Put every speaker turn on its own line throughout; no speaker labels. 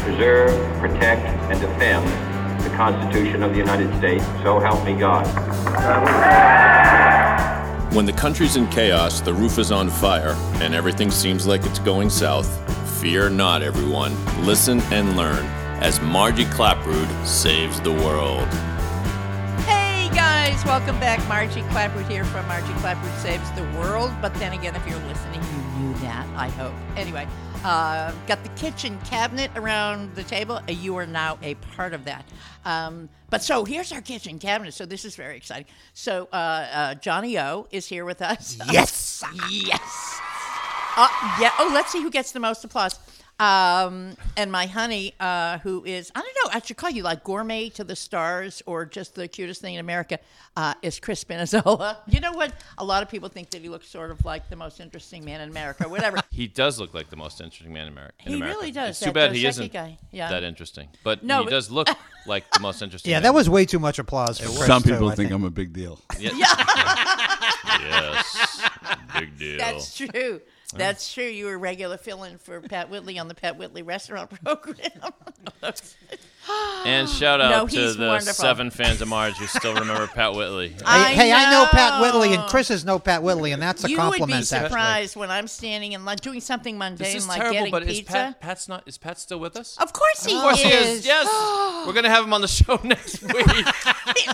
preserve, protect, and defend the Constitution of the United States. So help me God.
When the country's in chaos, the roof is on fire, and everything seems like it's going south, fear not, everyone. Listen and learn as Margie Claprood saves the world.
Hey guys, welcome back. Margie Clapwood here from Margie Clapwood Saves the World. But then again, if you're listening, you knew that, I hope. Anyway, uh, got the kitchen cabinet around the table. Uh, You are now a part of that. Um, but so here's our kitchen cabinet. So this is very exciting. So uh, uh, Johnny O is here with us.
Yes.
Yes. Uh, yeah. Oh, let's see who gets the most applause. Um, and my honey, uh, who is, I don't know, I should call you like gourmet to the stars or just the cutest thing in America, uh, is Chris Spinazzola. You know what? A lot of people think that he looks sort of like the most interesting man in America, whatever.
He does look like the most interesting man in America. in
He
America.
really does,
It's too
that
bad
Dos
he
Equis
isn't
guy. Yeah.
that interesting, but
No,
he
but-
does look like the most interesting.
Yeah,
man.
that was way too much applause. For Chris,
Some
too,
people
I
think, I'm a big deal.
yes, big deal.
That's true. That's true. You were a regular fill in for Pat Whitley on the Pat Whitley restaurant program.
and shout
No,
out to
he's
the
wonderful.
seven fans of Marge who still remember Pat Whitley.
I
Hey, hey, I know Pat
know.
Whitley, and Chris is no Pat Whitley, and that's a
you would
compliment.
be
actually.
surprised when I'm standing and like doing something mundane
This is
like
terrible,
getting
but
pizza.
is Pat Pat's not? Is Pat still with us?
Of course he,
course
is.
he is. Yes, we're gonna have him on the show next week.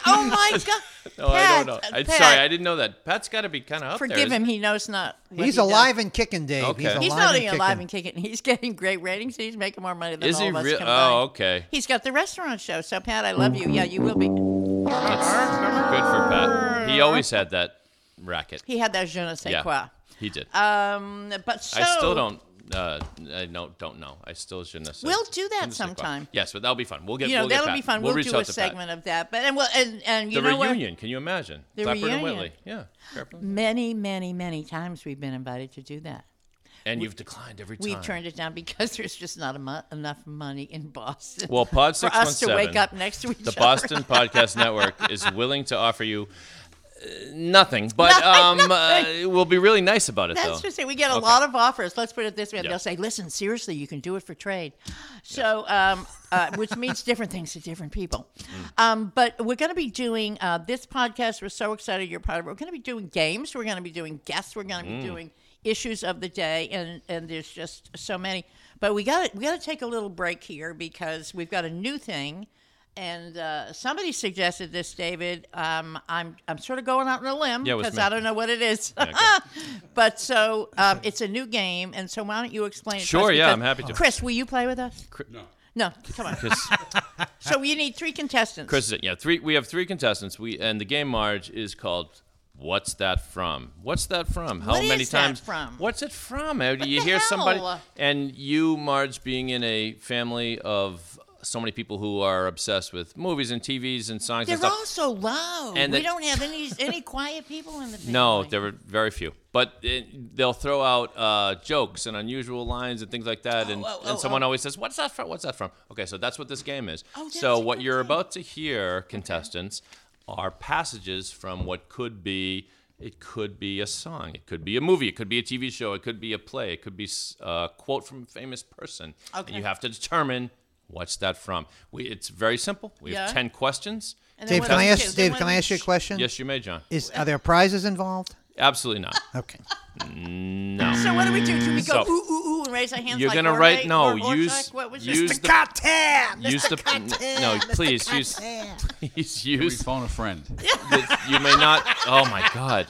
oh my God.
No, I don't know.
Pat,
I'm
Pat.
sorry, I didn't know that. Pat's got to be kind of up there.
Forgive
isn't
him.
he?
He knows not. what
He's
he does.
alive and kicking, Dave.
Okay.
He's, alive
He's
He's not
and
even
kicking.
alive and kicking. He's getting great ratings. He's making more money than
Is
all
he
of us
real?
combined.
Oh, okay.
He's got the restaurant show. So Pat, I love you. Yeah, you will be.
That's good for Pat. He always had that racket.
He had that je ne sais
yeah,
quoi.
he did.
Um, but so
I still don't. Uh, I don't don't know. I still shouldn't have said.
We'll do that
shouldn't have said quite.
sometime.
Yes, but that'll be fun. We'll get.
You know
we'll get
that'll
Pat.
be fun.
We'll,
We'll,
reach
do
out
a
to Pat.
segment of that. But and well, and and you
The
know what?
reunion. Can you imagine?
The
Clapper and
reunion.
Whitley. Yeah. Clapper.
Many, many, many times we've been invited to do that.
And you've declined every time.
We've turned it down because there's just not amo- enough money in Boston.
Well, Pod
for us to
617,
wake up next to each
The
other.
Boston Podcast Network is willing to offer you uh, nothing, but um, Uh, we'll be really nice about it,
That's
though.
just it. We get a
Okay.
lot of offers. Let's put it this way.
Yeah.
They'll say, listen, seriously, you can do it for trade. So, um, uh, which means different things to different people.
Mm.
Um, but we're going to be doing uh, this podcast. We're so excited you're part of it. We're going to be doing games. We're going to be doing guests. We're going to
Mm.
be doing issues of the day. And, and there's just so many. But we got to we got to take a little break here because we've got a new thing. And uh, somebody suggested this, David. Um, I'm I'm sort of going out on a limb
Yeah, it was
because
me.
I don't know what it is.
okay.
But so um, it's a new game, and so why don't you explain? It to
Sure,
us,
yeah,
because-
I'm happy to.
Chris, will you play with us?
No.
No, come on.
Because
so you need three contestants.
Chris is it. Yeah, three. We have three contestants. We and the game Marge is called. What's that from? What's that from? How
What
many
is that
times?
from?
What's it from? Uh, do you
the
hear somebody?
hell?
And you, Marge, being in a family of so many people who are obsessed with movies and TVs and songs
they're
and stuff.
all so loud.
And
we
the-
don't have any any quiet people in the family.
No, there were very few. But it, they'll throw out uh, jokes and unusual lines and things like that. And,
oh, oh,
and someone
oh.
always says, What's that from? What's that from? Okay, so that's what this game is.
Oh, that's
so,
a
what
good
you're
game.
about to hear, contestants, are passages from what could be. It could be a song. It could be a movie. It could be a TV show. It could be a play. It could be s- a quote from a famous person.
Okay.
And you have to determine what's that from. We, it's very simple. We
Yeah.
have 10 questions.
And then
Dave,
what
can I
do we
ask?
do? Then
Dave,
what
can
do
I
we-
ask you a question?
Yes, you may, John.
Is are there prizes involved?
Absolutely not.
Okay.
So what do we do? Do we go
So-
ooh ooh ooh and raise our hands?
You're
like
gonna
Jorge
write no.
or Orchak?
use
what was
use
it?
the Use the no. Please use please
We
use.
phone a friend.
the- you may not. Oh my God,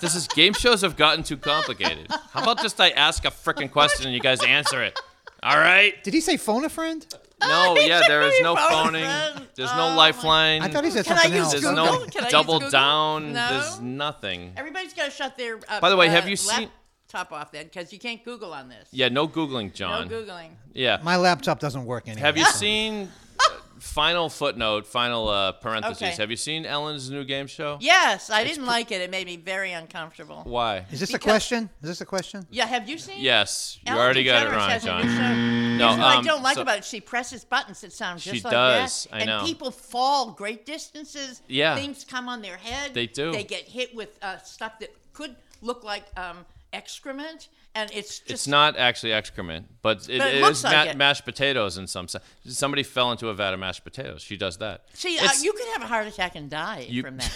this is game shows have gotten too complicated. How about just I ask a frickin' question and you guys answer it? All right.
Did he say phone a friend?
No. Yeah. There is no
Phone a
phoning.
friend.
There's
Oh
no
my-
lifeline.
I thought he said
Can I
something
use
else.
There's
Google?
no
Can I use
double
Google?
down.
No?
There's nothing.
Everybody's got to shut their. Uh,
By the way,
uh,
have you seen-
Top off then, because you can't Google on this.
Yeah. No googling,
No
John.
googling.
Yeah.
My laptop doesn't work anymore.
Have you seen uh, final footnote, final uh, parentheses?
Okay.
Have you seen Ellen's new game show?
Yes, I didn't like it. It made me very uncomfortable.
Why?
Is this a
Because-
question? Is this a question?
Yeah, have you seen?
Yes, you
Ellen
already got it
DeGeneres
wrong,
has a new
John.
show.
No,
Here's what I
um,
don't like
so-
about it. She presses buttons that sound just
She
like
does,
that,
I
and
know.
people fall great distances.
Yeah.
things come on their head.
They do.
They get hit with uh, stuff that could look like um, excrement, and it's just
It's not actually excrement, but it,
But it
it
looks
is
like
ma-
it.
mashed potatoes in some sense. Somebody fell into a vat of mashed potatoes. She does that.
See, uh,
It's-
you could have a heart attack and die
You-
from that.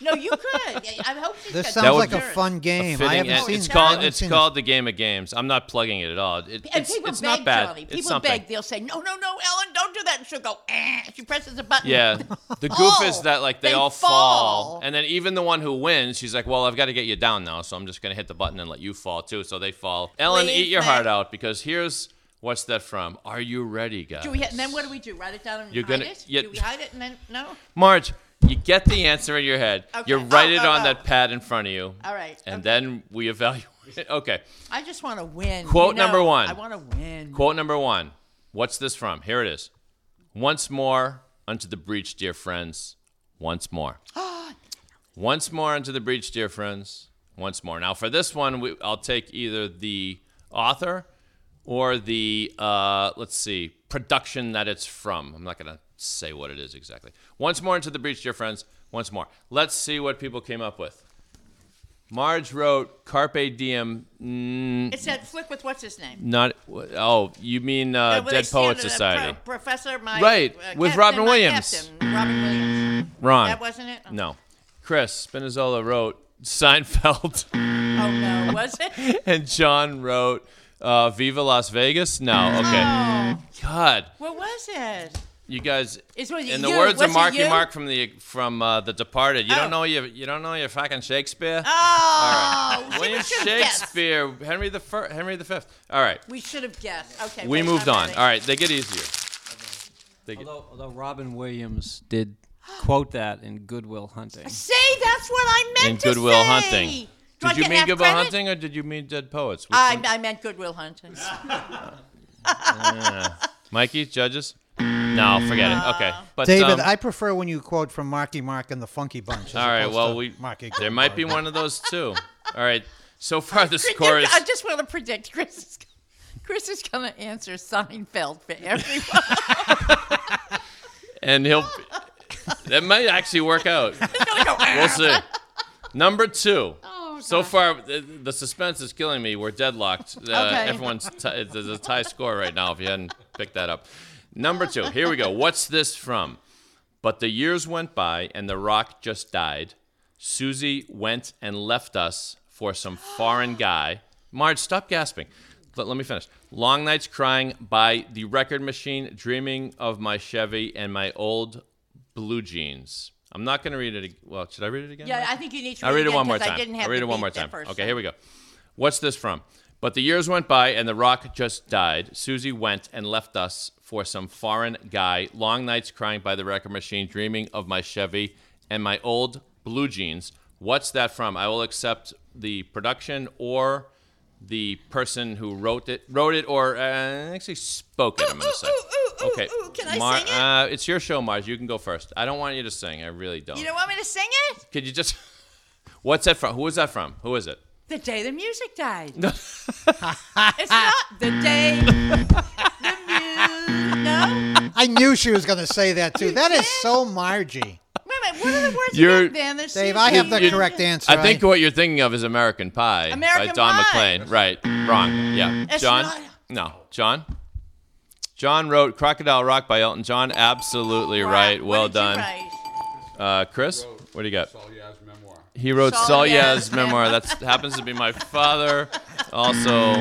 no, you could. Yeah, I hope she's
This
got
That
sounds
would
like a
insurance.
fun
a
game. I
fitting
haven't
end-
seen
it's
I
called
haven't
it's
seen this.
called the game of games. I'm not plugging it at all. It,
And
it's
people
it's
beg,
not bad.
Johnny.
It's
People
something.
beg. They'll say, "No, no, no, Ellen, don't do that." And she'll go, "Eh." She presses a button.
Yeah. The goof is
Oh,
that like they,
they
all fall.
fall.
And then even the one who wins, she's like, Well, I've got to get you down now, so I'm just gonna hit the button and let you fall too. So they fall. Ellen,
Please,
eat your heart
Matt.
out because here's what's that from? Are you ready, guys?
Do we? And then what do we do? Write it down and
You're
hide
gonna-
it?
yeah.
Do we hide it and then no?
Marge, you get the answer in your head.
Okay.
You write
Oh,
it
oh,
on
oh.
that pad in front of you.
All right.
And
Okay.
then we evaluate Okay.
I just want to win.
Quote
You know,
number one.
I want to win.
Quote number one. What's this from? Here it is. Once more unto the breach, dear friends. Once more. Once more unto the breach, dear friends. Once more. Now, for this one, we, I'll take either the author or the, uh, let's see, production that it's from. I'm not going to say what it is exactly. Once more into the breach, dear friends. Once more. Let's see what people came up with. Marge wrote Carpe Diem Mm,
It's that flick with what's his name?
not oh, you mean uh,
Uh, where they
Dead
stand
Poets
in a
Society?
Pro- professor, my
Right,
uh,
with
captain,
Robin
my
Williams.
captain, Robin Williams.
Wrong.
That wasn't it.
No, Chris Spinizzola wrote Seinfeld,
Oh no, was it?
and John wrote uh, Viva Las Vegas. No, okay.
Oh,
God,
what was it?
you guys.
It's- was it
in the
you?
words
Was
of
it
Marky
you?
Mark from the from uh, the Departed, you
Oh.
don't know your you don't know your fucking Shakespeare.
Oh, we
William
should have guessed.
Shakespeare, Henry the Fir- Henry the Fifth. All right,
We should have guessed. Okay.
we
wait,
moved
I'm
on.
ready.
All right, they get easier. They get,
Although, although Robin Williams did quote that in Goodwill Hunting.
See, that's what I meant
and
to
Goodwill
say.
Hunting.
Do I
Did you
get
mean
half
Goodwill
credit?
Hunting or did you mean Dead Poets? Which
I,
one?
I meant Goodwill Hunting.
Mikey, judges? No, forget it. Okay, but um,
David, I prefer when you quote from Marky Mark and the Funky Bunch. as
all right.
opposed
Well,
to
we
Marky
there
Gold
might be
Bunch.
one of those two. All right. So far, the score is
I just want to predict Chris is, Chris is going to answer Seinfeld for everyone.
and he'll that might actually work out. We'll see. Number two. so far, the, the suspense is killing me. We're deadlocked. Uh,
Okay.
Everyone's t- it's- there's a tie score right now. If you hadn't picked that up, number two. Here we go. What's this from? But the years went by, and the rock just died. Susie went and left us for some foreign guy. Marge, stop gasping. Let, let me finish. Long Nights Crying by The Record Machine, Dreaming of My Chevy and My Old Blue Jeans. I'm not going to read it. ag- Well, should I read it again?
yeah, I think you need to
I'll read it
again
one more
'cause
time.
I didn't have
will read
the
it one
beat
more
that
time.
first
Okay, here we go. What's this from? But the years went by and the rock just died. Susie went and left us for some foreign guy. Long nights crying by the record machine, dreaming of my Chevy and my old blue jeans. What's that from? I will accept the production or the person who wrote it, wrote it or uh, actually spoke it. I'm gonna
ooh,
say.
ooh, ooh,
okay,
ooh, ooh. Can I
Mar-
sing it?
Uh, it's your show, Mars. You can go first. I don't want you to sing. I really don't.
You don't want me to sing it?
Could you just? What's that from? Who is that from? Who is it?
The day the music died. it's not the day the music. No.
I knew she was going to say that too. That is so Margie.
Wait a minute. What are the words
You're-
again, Van? There's
Dave, I have the
Susie.
correct answer.
I think what you're thinking of is American Pie by
American
Don
Pie.
McLean. Right. Wrong. Yeah.
It's
John?
not-
No. John? John wrote Crocodile Rock by Elton John. Absolutely
Wow,
right.
what
Well
did you
done.
write?
Uh, Chris, what do you got?
Solyaz memoir.
He wrote
Sol Yaz's
Solya's memoir. That happens to be my father. Also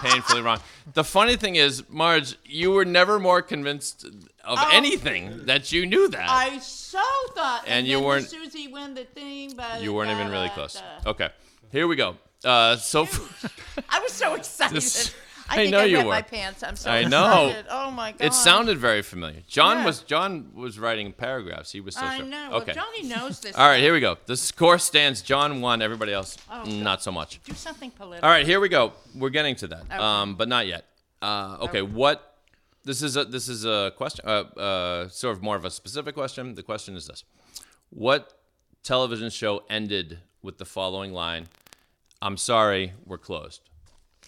painfully wrong. The funny thing is, Marge, you were never more convinced of anything that you knew that.
Oh. I so thought.
And you
then
weren't-
Susie win the thing, but
You weren't even really
da,
close.
da.
Okay, here we go. Uh, so
I was so excited.
This-
I,
I
think
know
I
you
wet
were.
my pants. I'm so
I know.
excited. Oh my god.
it sounded very familiar. John
Yeah.
was John was writing paragraphs. He was so
I
sure.
know.
Okay.
Well, Johnny knows this.
All right, here we go. The score stands. John won. Everybody else,
Oh,
not so much.
Do something political.
All right, here we go. We're getting to that, um, but not yet. Uh, okay, what? This is a this is a question. Uh, uh, sort of more of a specific question. The question is this: What television show ended with the following line? I'm sorry, we're closed.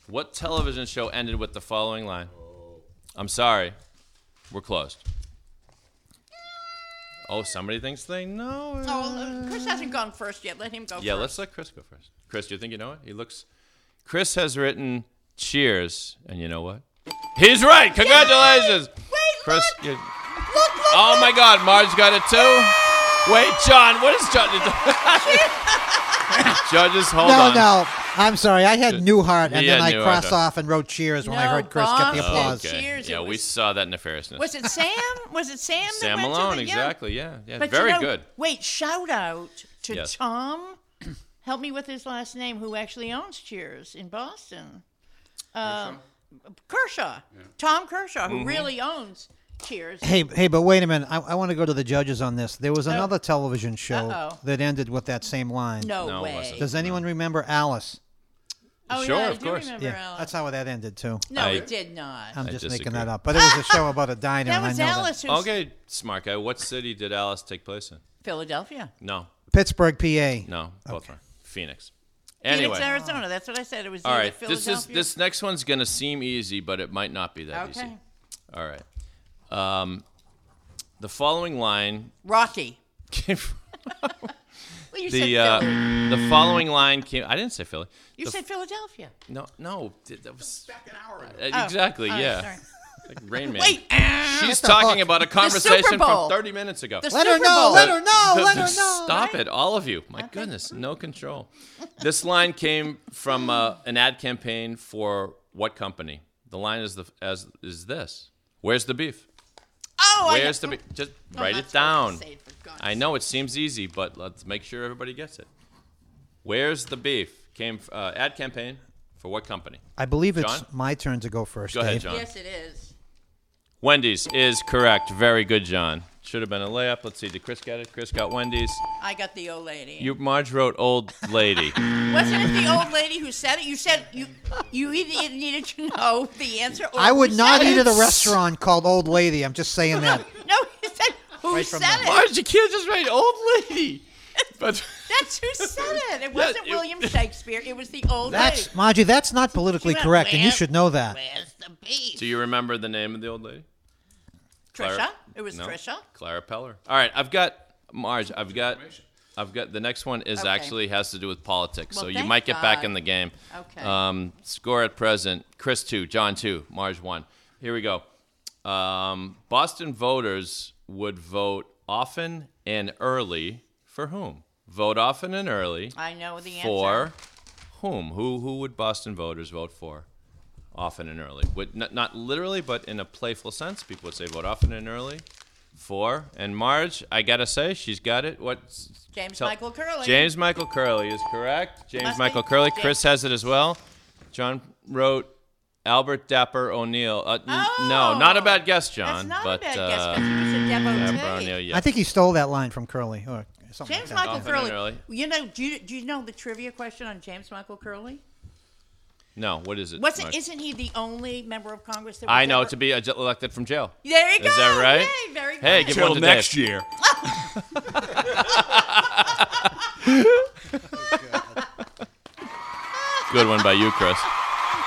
What television show ended with the following line? I'm sorry, we're closed. Oh, somebody thinks they know it.
Oh, Chris hasn't gone first yet. Let him go
Yeah, let let's
first.
let Chris go first. Chris, do you think you know it? He looks. Chris has written "Cheers," and you know what? He's right. Congratulations,
Wait,
Chris.
look.
you-
Look, look,
oh my
look.
God, Marge got it too. Wait, John, what is John? John, just hold
No,
on.
no. I'm sorry. I had Newhart, and
Yeah,
then I
Newhart,
crossed
uh,
off and wrote cheers when I
No,
heard Chris get
Bob
the
said
applause.
Okay.
Cheers, it
Yeah, we
was-
saw that nefariousness.
Was it Sam? Was it Sam? that
Sam
went to
Malone,
the- yeah.
exactly. Yeah, yeah,
But you
very
know-
good.
Wait, shout out to
Yes.
Tom. Help me with his last name. Who actually owns Cheers in Boston? Um, Kershaw. Tom Kershaw,
Mm-hmm.
who really owns Cheers.
Hey, hey, but wait a minute. I, I want to go to the judges on this. There was another television show
Uh-oh.
that ended with that same line.
No,
No, it
way.
wasn't.
Does anyone remember Alice?
Oh,
Sure,
yeah, I
of
do
course.
Remember Alice.
that's how that ended too.
no,
I-
it did not.
I'm
I
just making
disagree.
that up. But it was a show about a diner.
that
and I
was
know
Alice, who's
Okay, smart guy. What city did Alice take place in?
Philadelphia.
No,
Pittsburgh, PA.
no, both wrong.
Phoenix,
Phoenix. Anyway.
Arizona. That's what I said. It was
All
either
right. This is
Philadelphia-
this next one's gonna seem easy, but it might not be that
Okay.
easy. All right. Um, the following line
Rocky.
came from
Well, you
the
said
uh,
Philly.
the following line came. I didn't say Philly.
You
The
said Philadelphia.
f- no, no. th- That was back an hour
Oh,
Exactly.
all right,
yeah.
sorry.
Like Rain Man.
Wait. ah,
She's talking
hook.
about a conversation
Bowl.
from 30 minutes ago.
the
Let her
Super
know.
Bowl.
Let her know.
The-
Let
the-
her know.
Stop it, all of you. My goodness, no control. This line came from uh, an ad campaign for what company? The line is the as is this. Where's the beef?
Oh, I-
Where's the beef? Just
I'm
write
not
it
supposed to
down.
say it, for God's
I know it seems easy, but let's make sure everybody gets it. Where's the beef? Came uh, ad campaign for what company?
I believe it's
John?
my turn to go first.
Go ahead,
Dave.
John.
Yes, it is.
Wendy's is correct. Very good, John. Should have been a layup. Let's see. Did Chris get it? Chris got Wendy's.
I got the old lady.
You Marge wrote old lady.
Wasn't it the old lady who said it? You said you you either needed to know the answer. Or
I would
who
not
said
eat
it.
at a restaurant called Old Lady. I'm just saying that.
No, you said who
Right
said
from
it.
Marge, you can't just write old lady. But
That's who said it. It wasn't
it-
William Shakespeare. It was the old lady.
That's Margie. That's not politically
went,
correct, and you
"Well,
should know that.
Where's the beef?
do you remember the name of the old lady?
Trisha. It was
No?
Trisha.
Clara Peller. All right, I've got Marge. I've got. I've got the next one is
Okay.
actually has to do with politics,
Well,
so you
thank
might get back
God.
in the game.
Okay.
Um, score at present: Chris two, John two, Marge one. Here we go. Um, Boston voters would vote often and early for whom? Vote often and early.
I know the answer.
for whom? Who who would Boston voters vote for? Often and early. Would, not, not literally, but in a playful sense, people would say vote often and early for. And Marge, I gotta say, she's got it. What's
James Michael Curley.
James Michael Curley is correct. James
Must be
Michael Curley.
James-
Chris has it as well. John wrote Albert Dapper O'Neill. Uh, n- No, not a bad guess,
Oh! That's
John.
not
but
a bad
uh,
guess because it was a
Dapper
devotee.
O'Neill, yeah.
I think he stole that line from Curly or something.
James
like that.
Michael
Often and
Curley.
early.
You know, do you, do you know the trivia question on James Michael Curley?
no, what is it?
Wasn't
Marge?
isn't he the only member of Congress that was
I know
ever-
to be ej- elected from jail.
There you go.
Is that right?
Yay, very good.
Hey, give one
Till
to
next
Dave.
year.
Good one by you, Chris.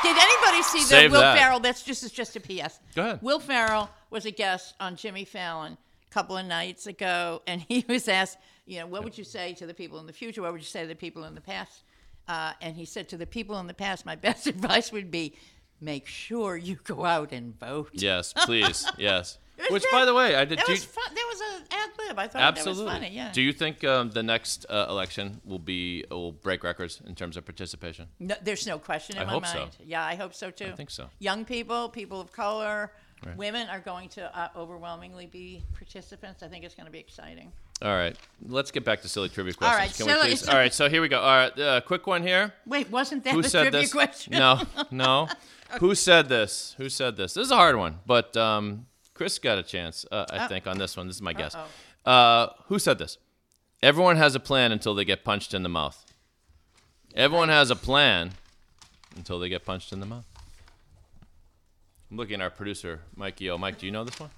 Did anybody see that
Save
Will
that.
Farrell? That's just it's just a PS.
Go ahead.
Will Farrell was a guest on Jimmy Fallon a couple of nights ago, and he was asked, you know, what would you say to the people in the future? What would you say to the people in the past? Uh, and he said to the people in the past, my best advice would be, make sure you go out and vote.
Yes, please. Yes.
It was
Which,
very-
by the way, I did.
That
do
was
you-
fun. That was an ad lib. I thought
absolutely.
that was funny. Yeah.
Do you think um, the next uh, election will be will break records in terms of participation?
No, there's no question in
I
my
hope so.
mind. Yeah, I hope so too. I
think so.
Young people, people of color, women are going to uh, overwhelmingly be participants. I think it's going to be exciting.
All right, let's get back to silly trivia questions.
right,
Can
silly-
we please? All right, so here we go. All right, uh, quick one here.
Wait, wasn't that
Who
the
said
trivia
this?
question?
No, no. Who said this? Who said this? This is a hard one, but um, Chris got a chance, uh,
Oh.
I think, on this one. This is my guess. Uh, who said this? Everyone has a plan until they get punched in the mouth. Everyone has a plan until they get punched in the mouth. I'm looking at our producer, Mikey O. Mike, do you know this one?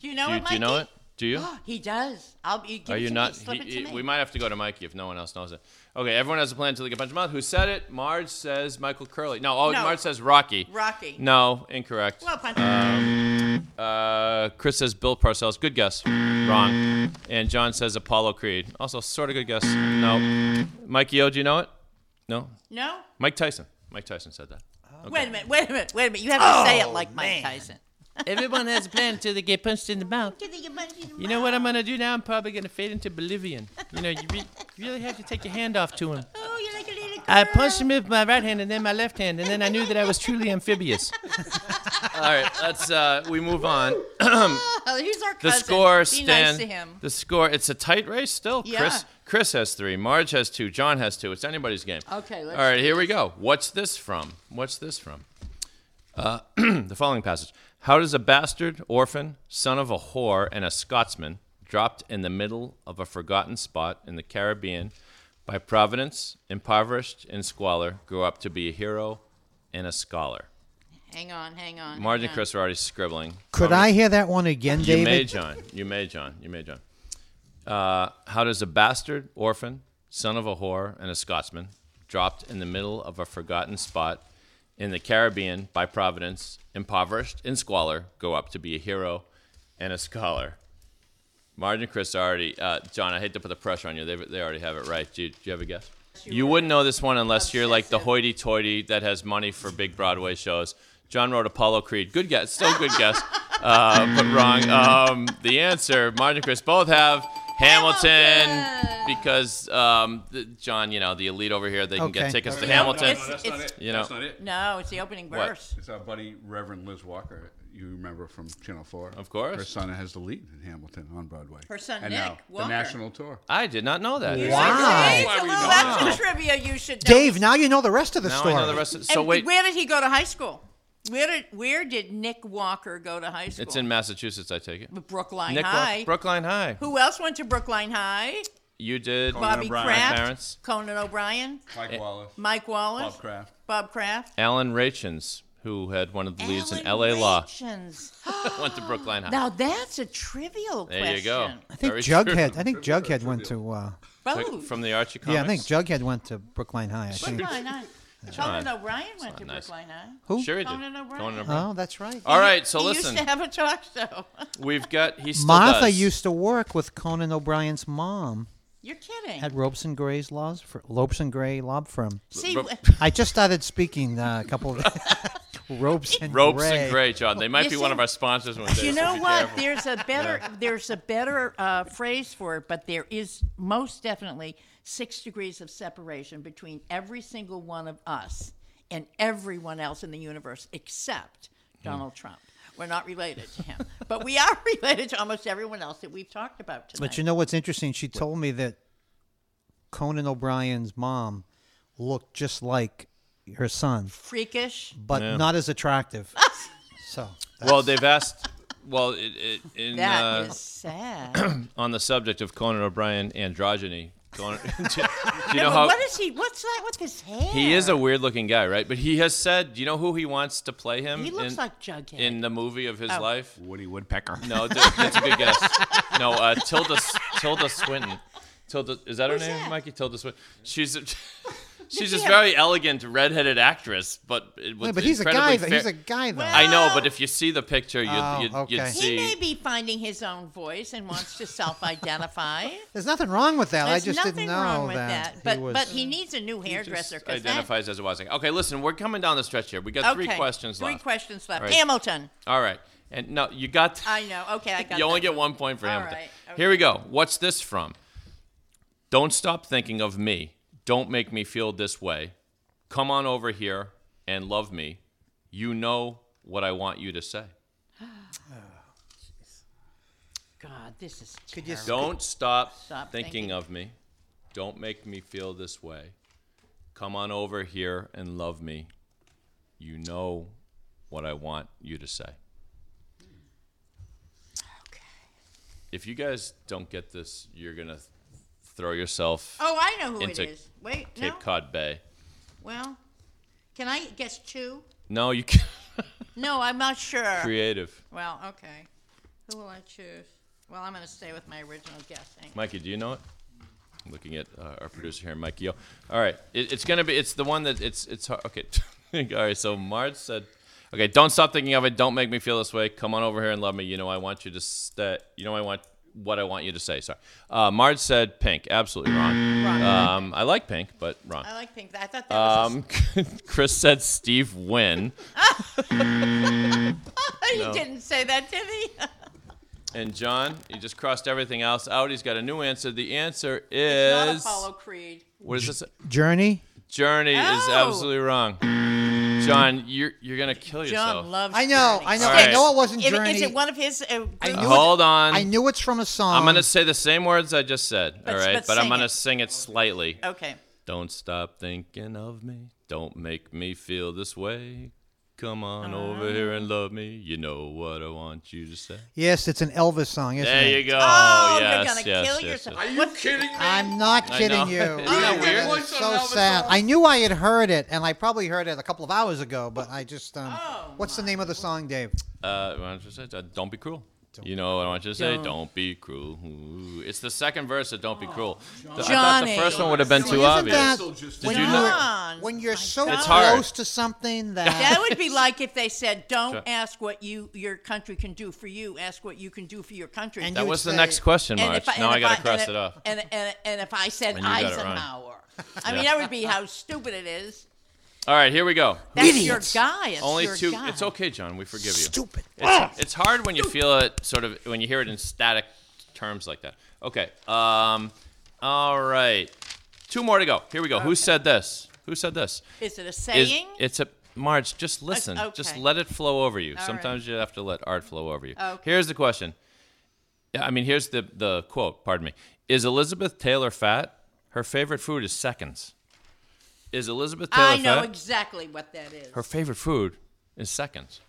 Do you know
Do you,
it,
do you know it?
Mikey? Oh,
Do you?
He does. I'll be. Give
Are
it
you
to
not?
Me. Slip
he-
it to
he-
me.
We might have to go to Mikey if no one else knows it. Okay, everyone has a plan until they get punched in the mouth. Who said it? Marge says Michael Curley. No, oh,
No.
Marge says Rocky.
Rocky.
No, incorrect.
Well, punch
Uh, Chris says Bill Parcells. Good guess. Wrong. And John says Apollo Creed. Also, sort of good guess. No. Mikey O, do you know it? No.
no.
Mike Tyson. Mike Tyson said that.
Wait a minute. Wait a minute. Wait a minute. You have
Oh,
to say it like Mike Tyson.
Everyone has a plan until they get punched in the mouth. You know what I'm gonna do now? I'm probably gonna fade into Bolivian. You know, you, re- you really have to take your hand off to him.
Oh, you're like a little girl.
I punched him with my right hand and then my left hand, and then I knew that I was truly amphibious. All right, let's uh, we move on.
Oh, he's our
The
cousin.
score
Be nice
stand.
to him.
The score. It's a tight race still.
Yeah.
Chris Chris has three. Marge has two. John has two. It's anybody's game.
Okay, let's
All right, here we go. What's this from? What's this from? Uh, the following passage. How does a bastard, orphan, son of a whore, and a Scotsman, dropped in the middle of a forgotten spot in the Caribbean, by providence, impoverished in squalor, grow up to be a hero and a scholar?
Hang on. Hang on.
Marge
hang
and
on.
Chris are already scribbling.
Could I hear that one again,
You
David?
may, John. You may, John. You may, John. Uh, how does a bastard, orphan, son of a whore, and a Scotsman, dropped in the middle of a forgotten spot in the Caribbean by providence, impoverished in squalor, go up to be a hero and a scholar? Marge and Chris already. Uh, John, I hate to put the pressure on you. They, they already have it right. Do you, do you have a guess? You wouldn't know this one unless you're like the
Obsessive.
hoity-toity that has money for big Broadway shows. John wrote Apollo Creed. Good guess. Still good guess. Uh, but wrong. Um, the answer, Marge and Chris both have Hamilton,
Hamilton.
because um, the, John, you know, the elite over here, they can get
Okay.
tickets to
No,
Hamilton.
it's-
that's not it.
you know.
That's not it.
No, it's the opening
What?
verse.
It's our buddy Reverend Liz Walker. You remember from Channel Four,
Of course.
Her son has the lead in Hamilton on Broadway.
Her son,
and
Nick
now,
Walker.
the national tour.
I did not know that.
Wow.
Ah.
See?
Why we
Well,
don't
that's
know.
some trivia you should know.
Dave, now you know the rest of the
Now
story.
I know the rest. Of,
And
so wait,
where did he go to high school? Where did where did Nick Walker go to high school?
it's in Massachusetts, I take it.
Brookline
Nick Rock-
High.
Brookline High.
Who else went to Brookline High?
You did.
Bobby
O'Brien.
Kraft,
Parents.
Conan O'Brien,
Mike Wallace,
Mike Wallace,
Bob Kraft.
Bob Kraft.
Alan Rachins, who had one of the leads in LA
Alan
Law,
Rachins.
went to Brookline High.
now that's a trivial
there
question.
you go.
I think
Very true.
Jughead. I think Jughead went to. Uh,
Both.
From the Archie comics.
yeah, I think Jughead went to Brookline High. I think.
Brookline High. Conan O'Brien went to
nice.
Brookline High.
Who?
Sure, he did.
Conan O'Brien.
Conan
Oh, that's right.
All right, so
he
listen,
used to have a talk show.
we've got he still
Martha
does.
used to work with Conan O'Brien's mom
You're kidding.
at Robeson Gray's laws for Robeson Gray Law Firm.
See,
Ro-
w-
I just started speaking uh, a couple of Robeson
Ropes
Gray.
and Gray, John. They might
You
be
see-
one of our sponsors one day.
you
so
know
be
what?
careful.
There's a better there's a better uh, phrase for it, but there is most definitely six degrees of separation between every single one of us and everyone else in the universe except
Hmm.
Donald Trump. We're not related to him, but we are related to almost everyone else that we've talked about tonight.
But you know what's interesting? She told me that Conan O'Brien's mom looked just like her son,
Freakish.
but not as attractive. so
Well, they've asked. Well, it, it, in
That is
uh,
sad.
on the subject of Conan O'Brien androgyny. Conan, do, you know
But
how
what is he? What's that with his hair?
he is a weird-looking guy, right? But he has said, do you know who he wants to play him?
He looks
in,
like Jughead.
in the movie of his
Oh.
life.
Woody Woodpecker.
No, th- that's a good guess. No, uh, Tilda Tilda Swinton. Tilda is that her name,
that?
Mikey? Tilda Swinton. She's a, she's
she
this
have-
very elegant redheaded actress, but it was
Wait, but he's a guy.
incredibly
Though.
fair-
He's a guy though.
I know, but if you see the picture, you'd,
Oh,
you'd,
okay.
you'd
He
see.
He may be finding his own voice and wants to self-identify.
There's nothing wrong with that.
There's
I just
nothing
didn't know
wrong with
that.
that. But
he was,
but he needs a new
Just
hairdresser. 'cause that-
identifies as a Wozniak. Okay, listen, we're coming down the stretch here. We got three
Okay,
questions
three
left.
questions left.
All right.
Hamilton.
All right, and no, you got.
I know. Okay, I got.
you only
that.
get one point for
All
Hamilton.
right,
Here we go. What's this from? Don't stop thinking of me. Don't make me feel this way. Come on over here and love me. You know what I want you to say.
God, this is.
Could you s-
Don't stop,
Stop
thinking,
thinking.
of me. Don't make me feel this way. Come on over here and love me. You know what I want you to say.
Okay.
If you guys don't get this, you're going to throw yourself
Oh, I know who it
Into
is. Wait,
Cape
no.
Cod Bay.
Well, can I guess two?
No, you can't.
No, I'm not sure.
Creative.
Well, okay. Who will I choose? Well, I'm going to stay with my original guess. Hang on.
Mikey, do you know it? I'm looking at uh, our producer here, Mikey. Yo. All right, it, it's gonna be. It's the one that it's it's hard. okay. All right, so Marge said, "Okay, don't stop thinking of it. Don't make me feel this way. Come on over here and love me. You know I want you to stay. You know I want what I want you to say." Sorry, uh, Marge said pink. Absolutely wrong.
Wrong. Oh.
Um, I like pink, but wrong.
I like pink. I thought that was.
Um, Chris said Steve Wynn,
a, he didn't say that, did he?
and John, he just crossed everything else out. He's got a new answer. The answer
Not
is
Apollo Creed.
what is this?
Journey.
Journey is
Oh.
absolutely wrong. John, you're you're gonna kill yourself.
John loves.
I know,
Journey.
I know,
All
I
right.
know it wasn't
If-
Journey.
Is it one of his? Uh,
I knew
Hold
it,
on.
I knew it's from a song.
I'm gonna say the same words I just said.
But-
all right,
but
but, I'm
sing
gonna
it.
sing it slightly.
okay.
Don't stop thinking of me. Don't make me feel this way. Come on
Oh.
over here and love me. You know what I want you to say.
Yes, it's an Elvis song, isn't
There
it?
you go.
Oh,
yes,
you're gonna
yes,
kill
yes,
yourself.
Are you kidding me?
I'm not
I
kidding
know.
you.
Isn't
that weird?
That is
Voice on
so
Elvis
sad.
song.
I knew I had heard it, and I probably heard it a couple of hours ago, but I just um,
Oh,
what's the name of the song, Dave?
Uh, what I want you to say, uh, don't be cruel. you know what I want you to say? Don't, be cruel. Ooh, It's the second verse of Don't Be Cruel. I thought the
Oh. Johnny.
first one would have been
See,
too
isn't
obvious.
that-
Still just
Did
when
you
you
know-
John,
are, when you're so
It's
hard.
close to something that,
That would be like if they said, "Don't
Sure.
ask what you your country can do for you. Ask what you can do for your country."
And
that
you would
was the
say-
next question,
And
March.
if I-
now
and
I
if
gotta cross
and
it off.
And and, and if I said
And you got it wrong.
Eisenhower, I mean that would be how stupid it is.
All right, here we go.
That's
Idiots.
your guy. It's
Only
your Ah.
two.
Guy.
It's okay, John. We forgive you.
stupid.
It's, it's hard when you feel it, sort of, when you hear it in static terms like that. Okay. Um. All right. Two more to go. Here we go. Who said this? Who said this?
Is it a
Is-
saying?
it's a Marge. Just listen.
okay.
Just let it flow over you.
All right.
Sometimes you have to let art flow over you.
Okay.
Here's the question. Yeah, I mean, here's the the quote. Pardon me. Is Elizabeth Taylor fat? Her favorite food is seconds. Is Elizabeth Taylor
I know
fat?
exactly what that is.
Her favorite food is seconds.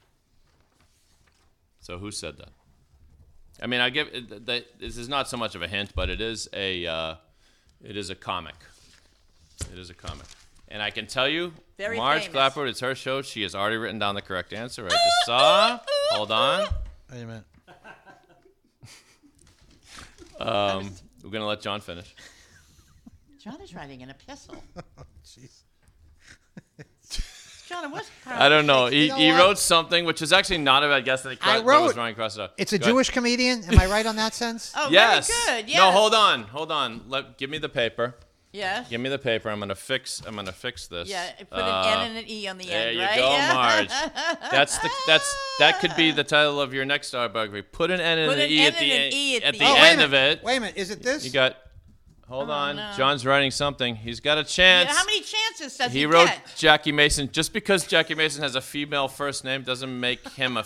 So who said that? I mean, I give th- th- this is not so much of a hint, but it is a uh, it is a comic. It is a comic, and I can tell you,
Very
Marge
famous.
Clapper. It's her show. She has already written down the correct answer. I just saw. Hold on,
Wait a minute.
Um, we're gonna let John finish.
John is writing an epistle.
Oh,
John, what's
I don't know. He,
You know
he
what?
wrote something, which is actually not a bad guess that he cro-
I
that was
wrote-
wrong. Cross it out.
It's a
Go ahead.
Jewish comedian. Am I right on that sense?
Oh,
Yes.
very good. Yes.
No, hold on, hold on. Let give me the paper.
Yes.
Give me the paper. I'm gonna fix. I'm gonna fix this.
Yeah, put
Uh,
an N and an E on the
there
end,
you
right?
go,
yeah.
Marge. That's the that's that could be the title of your next autobiography. Put an N and
Put
an,
an
e,
N
at the
and an
end-
E at
at
the
the
oh,
end. Oh,
wait a
end
minute.
of it.
Wait a minute. Is it this?
You got. Hold on.
no.
John's writing something. He's got a chance.
Yeah, how many chances does he,
he wrote
get?
Jackie Mason. Just because Jackie Mason has a female first name doesn't make him a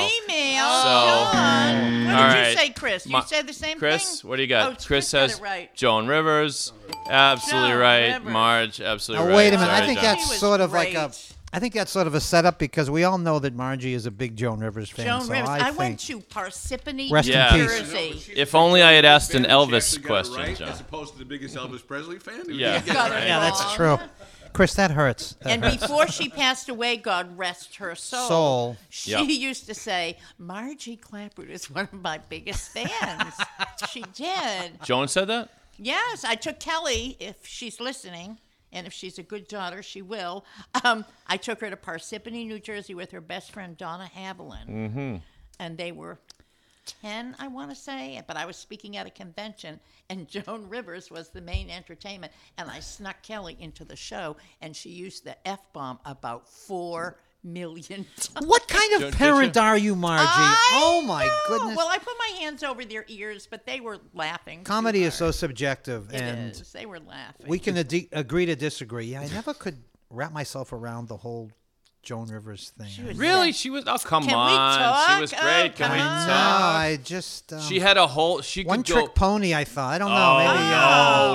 Female.
So-
John. What
All
did you
right.
say, Chris? You
Ma-
said the same thing.
Chris, what do you got?
Oh, Chris, got
says
it right.
Joan Rivers. Absolutely
Joan
right.
Rivers.
Marge, absolutely
Now,
right.
wait a minute.
Sorry,
I think
John.
She
that's
was
sort of like a.
great.
I think that's sort of a setup because we all know that Margie is a big Joan Rivers fan.
Joan
so
Rivers.
I,
I,
think
went to Parsippany,
Rest
in
New
peace.
No, but
Jersey.
she-
If only I had asked an
She actually
Elvis
got it
question,
right,
John.
As opposed to the biggest Elvis Presley fan. who
Yeah.
didn't get it
Got it
right.
Yeah, that's true. Chris, that hurts. That
And
hurts.
before she passed away, God rest her soul.
Soul.
She
Yeah.
used to say, Margie Clapper is one of my biggest fans. she did.
Joan said that?
Yes, I took Kelly, if she's listening, and if she's a good daughter, she will. Um, I took her to Parsippany, New Jersey with her best friend, Donna Haviland. Mm-hmm. And they were 10, I want to say, but I was speaking at a convention, and Joan Rivers was the main entertainment. And I snuck Kelly into the show, and she used the F bomb about four million times.
What kind of
did
parent
you?
are you, Margie?
I
oh my
know.
goodness.
Well, I put my hands over their ears, but they were laughing. too
Comedy is so
hard.
subjective,
It
and
is. They were laughing.
we can ad- agree to disagree. Yeah, I never could wrap myself around the whole Joan Rivers thing.
She was
Really? She was. Oh, come
Can we
on.
talk?
She was
Oh,
great. Can
come
we
on.
no,
talk?
I just um,
She had a whole. She
one
could go.
trick pony. I thought. I don't know.
Oh
maybe, uh,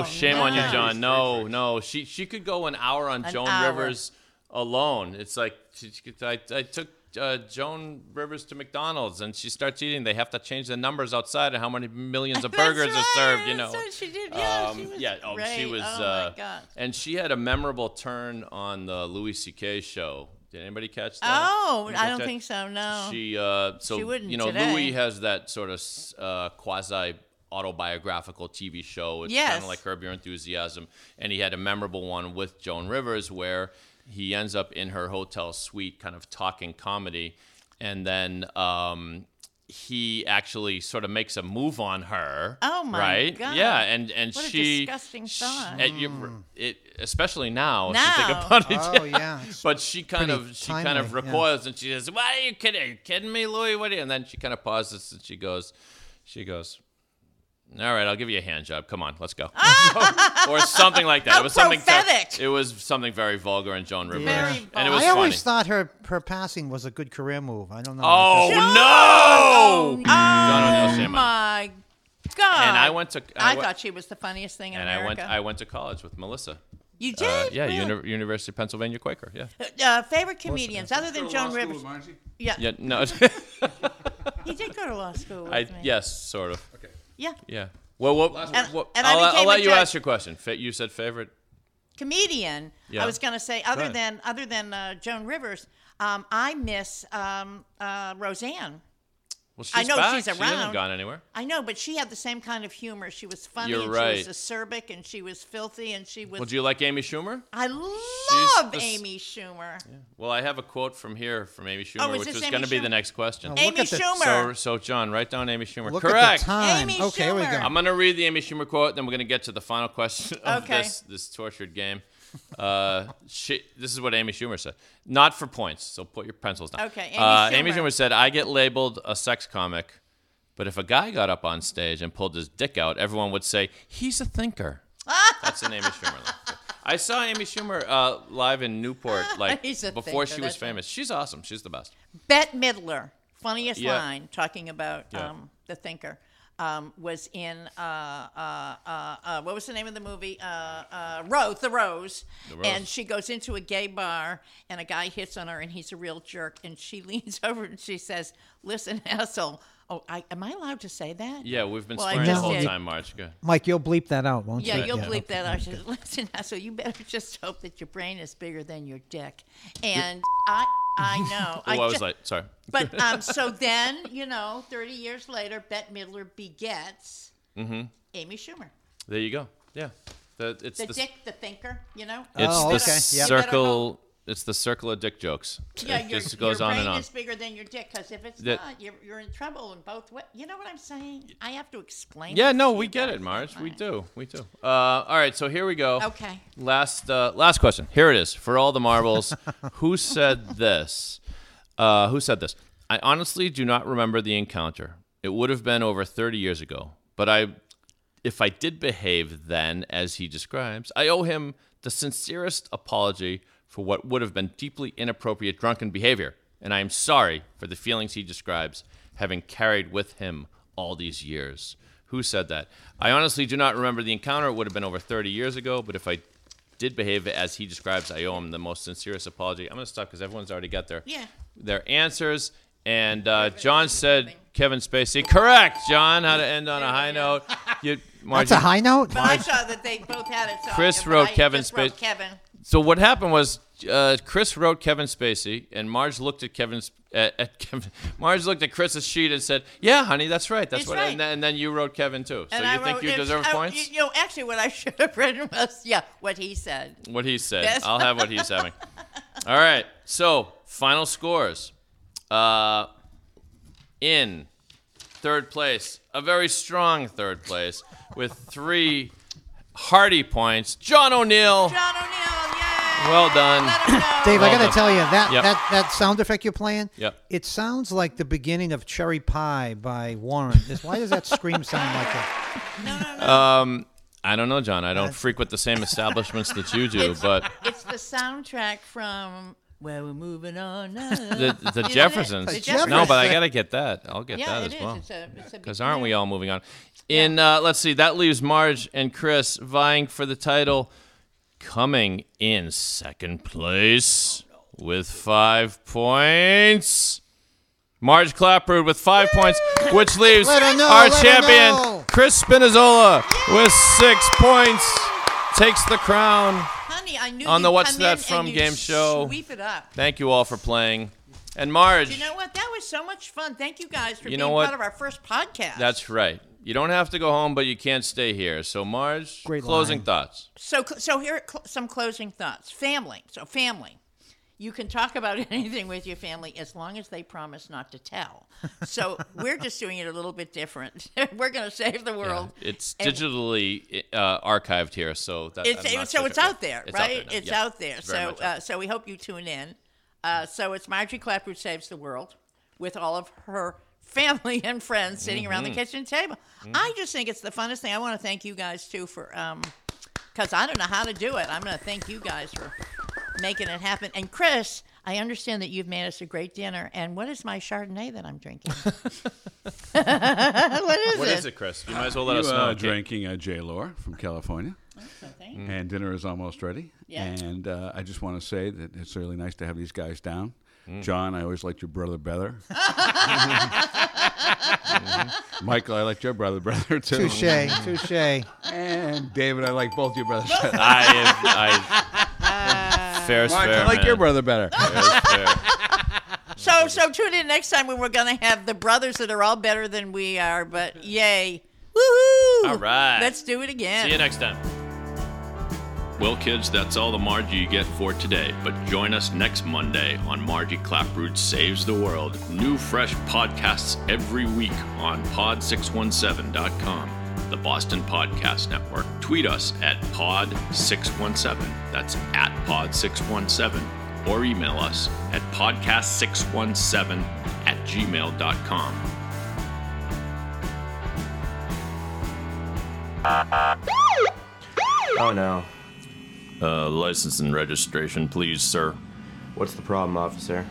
no! Shame on you,
no.
John. No, no. She she could go an hour on Joan
hour.
Rivers alone. It's like she, she could- I I took uh, Joan Rivers to McDonald's and she starts eating. They have to change the numbers outside and how many millions of burgers
That's
are
right,
served. You know.
that's what she did. Yeah, she
Um,
was
yeah, oh,
great.
she was.
Oh,
uh,
my God.
And she had a memorable turn on the Louis C.K. show Did anybody catch that?
Oh,
Anybody
I don't
catch-
think so. No.
She uh, so
She wouldn't
you know
today.
Louis has that sort of uh, quasi autobiographical TV show. It's kind
Yes.
of like Curb Your Enthusiasm, and he had a memorable one with Joan Rivers where he ends up in her hotel suite, kind of talking comedy, and then. Um, he actually sort of makes a move on her.
Oh, my
Right?
God.
Yeah, and and
What a
she
disgusting
sh-
thought.
and you- it, especially now, if you
Now.
think about it.
Oh yeah. it's-
But she kind
pretty
of she kind of
timely, yeah.
recoils and she says, "Why are you kidding? Are you kidding me, Louis? What?" Are you? And then she kind of pauses and she goes, "She goes, all right, I'll give you a hand job. Come on, let's go," or something like that.
Ah! How
it was something.
prophetic.
It was something very vulgar and Joan Rivers,
Very
and it was funny.
I always thought her her passing was a good career move. I don't know.
oh
Joan!
no!
Oh,
O'Neill Schumann.
my God.
And I went to
I,
went-
thought she was the funniest thing in
and I went
America.
I went to college with Melissa.
you did?
Uh, yeah,
Really?
Uni- University of Pennsylvania Quaker. Yeah,
uh, favorite comedians other than Joan Rivers. Yeah,
yeah, no,
he did go to law school. With
I
me.
yes, sort of.
yeah,
Yeah. Well, what,
And-
what-
and I
I'll,
became
I'll
a
let you
judge.
ask your question. Fa- You said favorite.
comedian.
Yeah.
I was gonna say other
Right.
than other than uh, Joan Rivers, um, I miss um, uh, Roseanne.
Well, she's
I know
back.
she's
She hasn't
around.
gone anywhere.
I know, but she had the same kind of humor. She was funny,
You're
and
right.
she was acerbic, and she was filthy, and she was.
Well, do you like Amy Schumer?
I love
the s-
Amy Schumer.
Well, I have a quote from here from Amy Schumer,
Oh, is
which
this
is
Amy
going to be the
Schumer?
next question.
Look
Amy
at the-
So,
Schumer.
so, John, write down Amy Schumer.
Look at
Correct.
the time.
Amy
okay, here we
Schumer.
go.
I'm going to read the Amy Schumer quote, then we're going to get to the final question of
Okay.
this this tortured game. Uh, she, this is what Amy Schumer said. Not for points, so put your pencils down.
Okay, Amy
uh, Amy
Schumer.
Schumer said, "I get labeled a sex comic, but if a guy got up on stage and pulled his dick out, everyone would say he's a thinker." That's an Amy Schumer. line. I saw Amy Schumer uh, live in Newport, like
He's a thinker,
before she was
that's right.
famous. She's awesome. She's the best.
Bette Midler, funniest
Yeah.
line, talking about
Yeah.
um, the thinker, um, was in uh, uh, uh, uh, what was the name of the movie? Uh, uh, Rose, the Rose.
Rose.
And she goes into a gay bar, and a guy hits on her, and he's a real jerk. And she leans over and she says, "Listen, asshole." Oh, I, am I allowed to say that?
Yeah, we've been
Well, I
swearing the
just
whole
did.
time, March. Good.
Mike, you'll bleep that out, won't you?
Yeah, you'll bleep
okay.
that out. She says, Listen, now, so you better just hope that your brain is bigger than your dick. And I, I know.
Oh, I was
ju-
like, sorry.
But um, so then, you know, 30 years later, Bette Midler begets
Mm-hmm.
Amy Schumer.
There you go. Yeah. The, it's
The,
the,
dick, the thinker, you know?
It's
Oh,
the
okay. Yep.
circle. It's the circle of dick jokes.
yeah,
it
your,
just goes
your
on
brain
and on.
is bigger than your dick because if it's
That-
not, you're, you're in trouble in both ways. You know what I'm saying? I have to explain.
Yeah,
this
no,
to
we
you
get
guys.
it, Marge. We
Fine.
do. We do. Uh, all right, so here we go.
Okay.
Last uh, last question. Here it is for all the marbles. who said this? Uh, who said this? I honestly do not remember the encounter. It would have been over 30 years ago, but I if I did behave then as he describes, I owe him the sincerest apology for what would have been deeply inappropriate drunken behavior, and I am sorry for the feelings he describes having carried with him all these years. Who said that? I honestly do not remember the encounter. It would have been over 30 years ago, but if I did behave as he describes, I owe him the most sincerest apology. I'm going to stop because everyone's already got their
Yeah.
their answers. And uh, John said Kevin Spacey. Correct, John. How to end on a high note. You,
That's
Margie-
a high note.
But I saw that they both had it. So
Chris
I,
wrote
I
Kevin
just wrote
Space-
Kevin.
So what happened was uh, Chris wrote Kevin Spacey, and Marge looked at Kevin's at, at Kevin. Marge looked at Chris's sheet and said, "Yeah, honey, that's right. That's
It's
what."
right.
And, then, and then you wrote Kevin too. So
And
you
I
think
wrote,
you
it-
deserve
I-
points?
You know, actually, what I should have written was, yeah, what he said.
what he said.
Yes.
I'll have what he's having. All right. So final scores. Uh, in third place, a very strong third place with three hearty points. John O'Neill.
John O'Neill, yay!
Well done.
Let him know.
Dave,
Well
I gotta
done.
tell you that,
Yep.
that that sound effect you're playing,
Yep.
it sounds like the beginning of Cherry Pie by Warren. Is- Why does that scream sound like that?
I don't know, John. I don't frequent the same establishments that you do, but
It's the soundtrack from Where We're Moving On. Up.
the, the
it?
Jeffersons.
The Jeffersons.
No, but I gotta get that. I'll get
yeah,
that
it
as
is.
well.
It's a, it's a
Because
big
aren't we
deal.
all moving on? In uh, let's see, that leaves Marge and Chris vying for the title, coming in second place with five points. Marge Claprude with five points, which leaves
Let her know,
our
let her
champion
know.
Chris Spinazzola with six points, takes the crown.
Honey, funny. I knew
on the
you'd
What's
come
That
in
From
and you'd
game show.
Sweep it up.
Thank you all for playing. And Marge,
Do you know what? That was so much fun. Thank you guys for
You know
being
what?
part of our first podcast.
that's right. You don't have to go home, but you can't stay here. So Marge,
Great
closing
line.
thoughts.
So, so here are cl- some closing thoughts. Family. So, family. You can talk about anything with your family as long as they promise not to tell. So, we're just doing it a little bit different. we're going to save the world.
It's
And
digitally uh, archived here, so that,
It's,
I'm not
so
sure
it's
if it-
out there, right?
now.
it's
Yeah,
out there.
very
So,
much out
uh, so we hope you tune in. Uh, so it's Marjorie Clapper saves the world with all of her family and friends sitting around
Mm-hmm.
the kitchen table. I just think it's the funnest thing. I want to thank you guys too for, because I don't know how to do it. I'm going to thank you guys for making it happen. And Chris, I understand that you've made us a great dinner. And what is my Chardonnay that I'm drinking? what is
What
it?
is it, Chris? Uh, You might as well let
You
us know. Mm.
are
Okay.
drinking a J. Lore from California,
Something?
and dinner is almost ready.
Yeah.
And uh, I just want to say that it's really nice to have these guys down.
Mm.
John, I always liked your brother better. Mhm. Michael, I liked your brother better too.
Touche, touche.
And David, I like both your brothers. better.
I, I, fair's
Marge,
fair,
I like your
man.
brother better.
Fair's fair.
So so tune in next time when we're gonna have the brothers that are all better than we are. But yay, woohoo!
All right.
let's do it again.
See you next time.
Well, kids, that's all the Margie you get for today. But join us next Monday on Margie Claproot Saves the World. New fresh podcasts every week on pod617.com, the Boston Podcast Network. Tweet us at pod617. That's at pod617. Or email us at podcast617 at gmail.com.
Oh no.
Uh, license and registration, please, sir.
What's the problem, officer?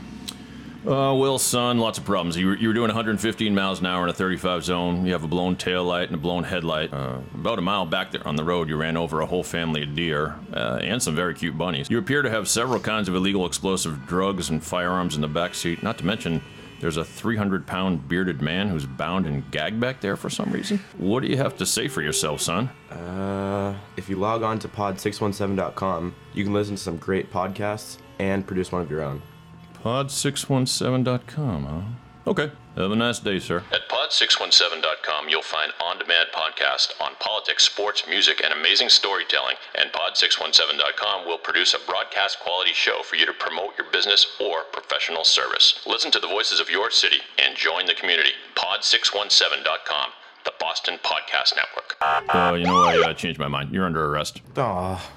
Uh, Will, son, lots of problems. You were, you were doing 115 miles an hour in a 35 zone. You have a blown tail light and a blown headlight. Uh, about a mile back there on the road, you ran over a whole family of deer uh, and some very cute bunnies. You appear to have several kinds of illegal explosive drugs and firearms in the back seat. Not to mention, there's a 300 pound bearded man who's bound and gagged back there for some reason. What do you have to say for yourself, son?
Uh, if you log on to pod617.com, you can listen to some great podcasts and produce one of your own.
Pod617.com, huh? Okay. Have a nice day, sir. At pod617.com, you'll find on demand podcasts on politics, sports, music, and amazing storytelling. And pod617.com will produce a broadcast quality show for you to promote your business or professional service. Listen to the voices of your city and join the community. Pod617.com, the Boston Podcast Network. Uh, you know, I uh, changed my mind. You're under arrest.
Aw.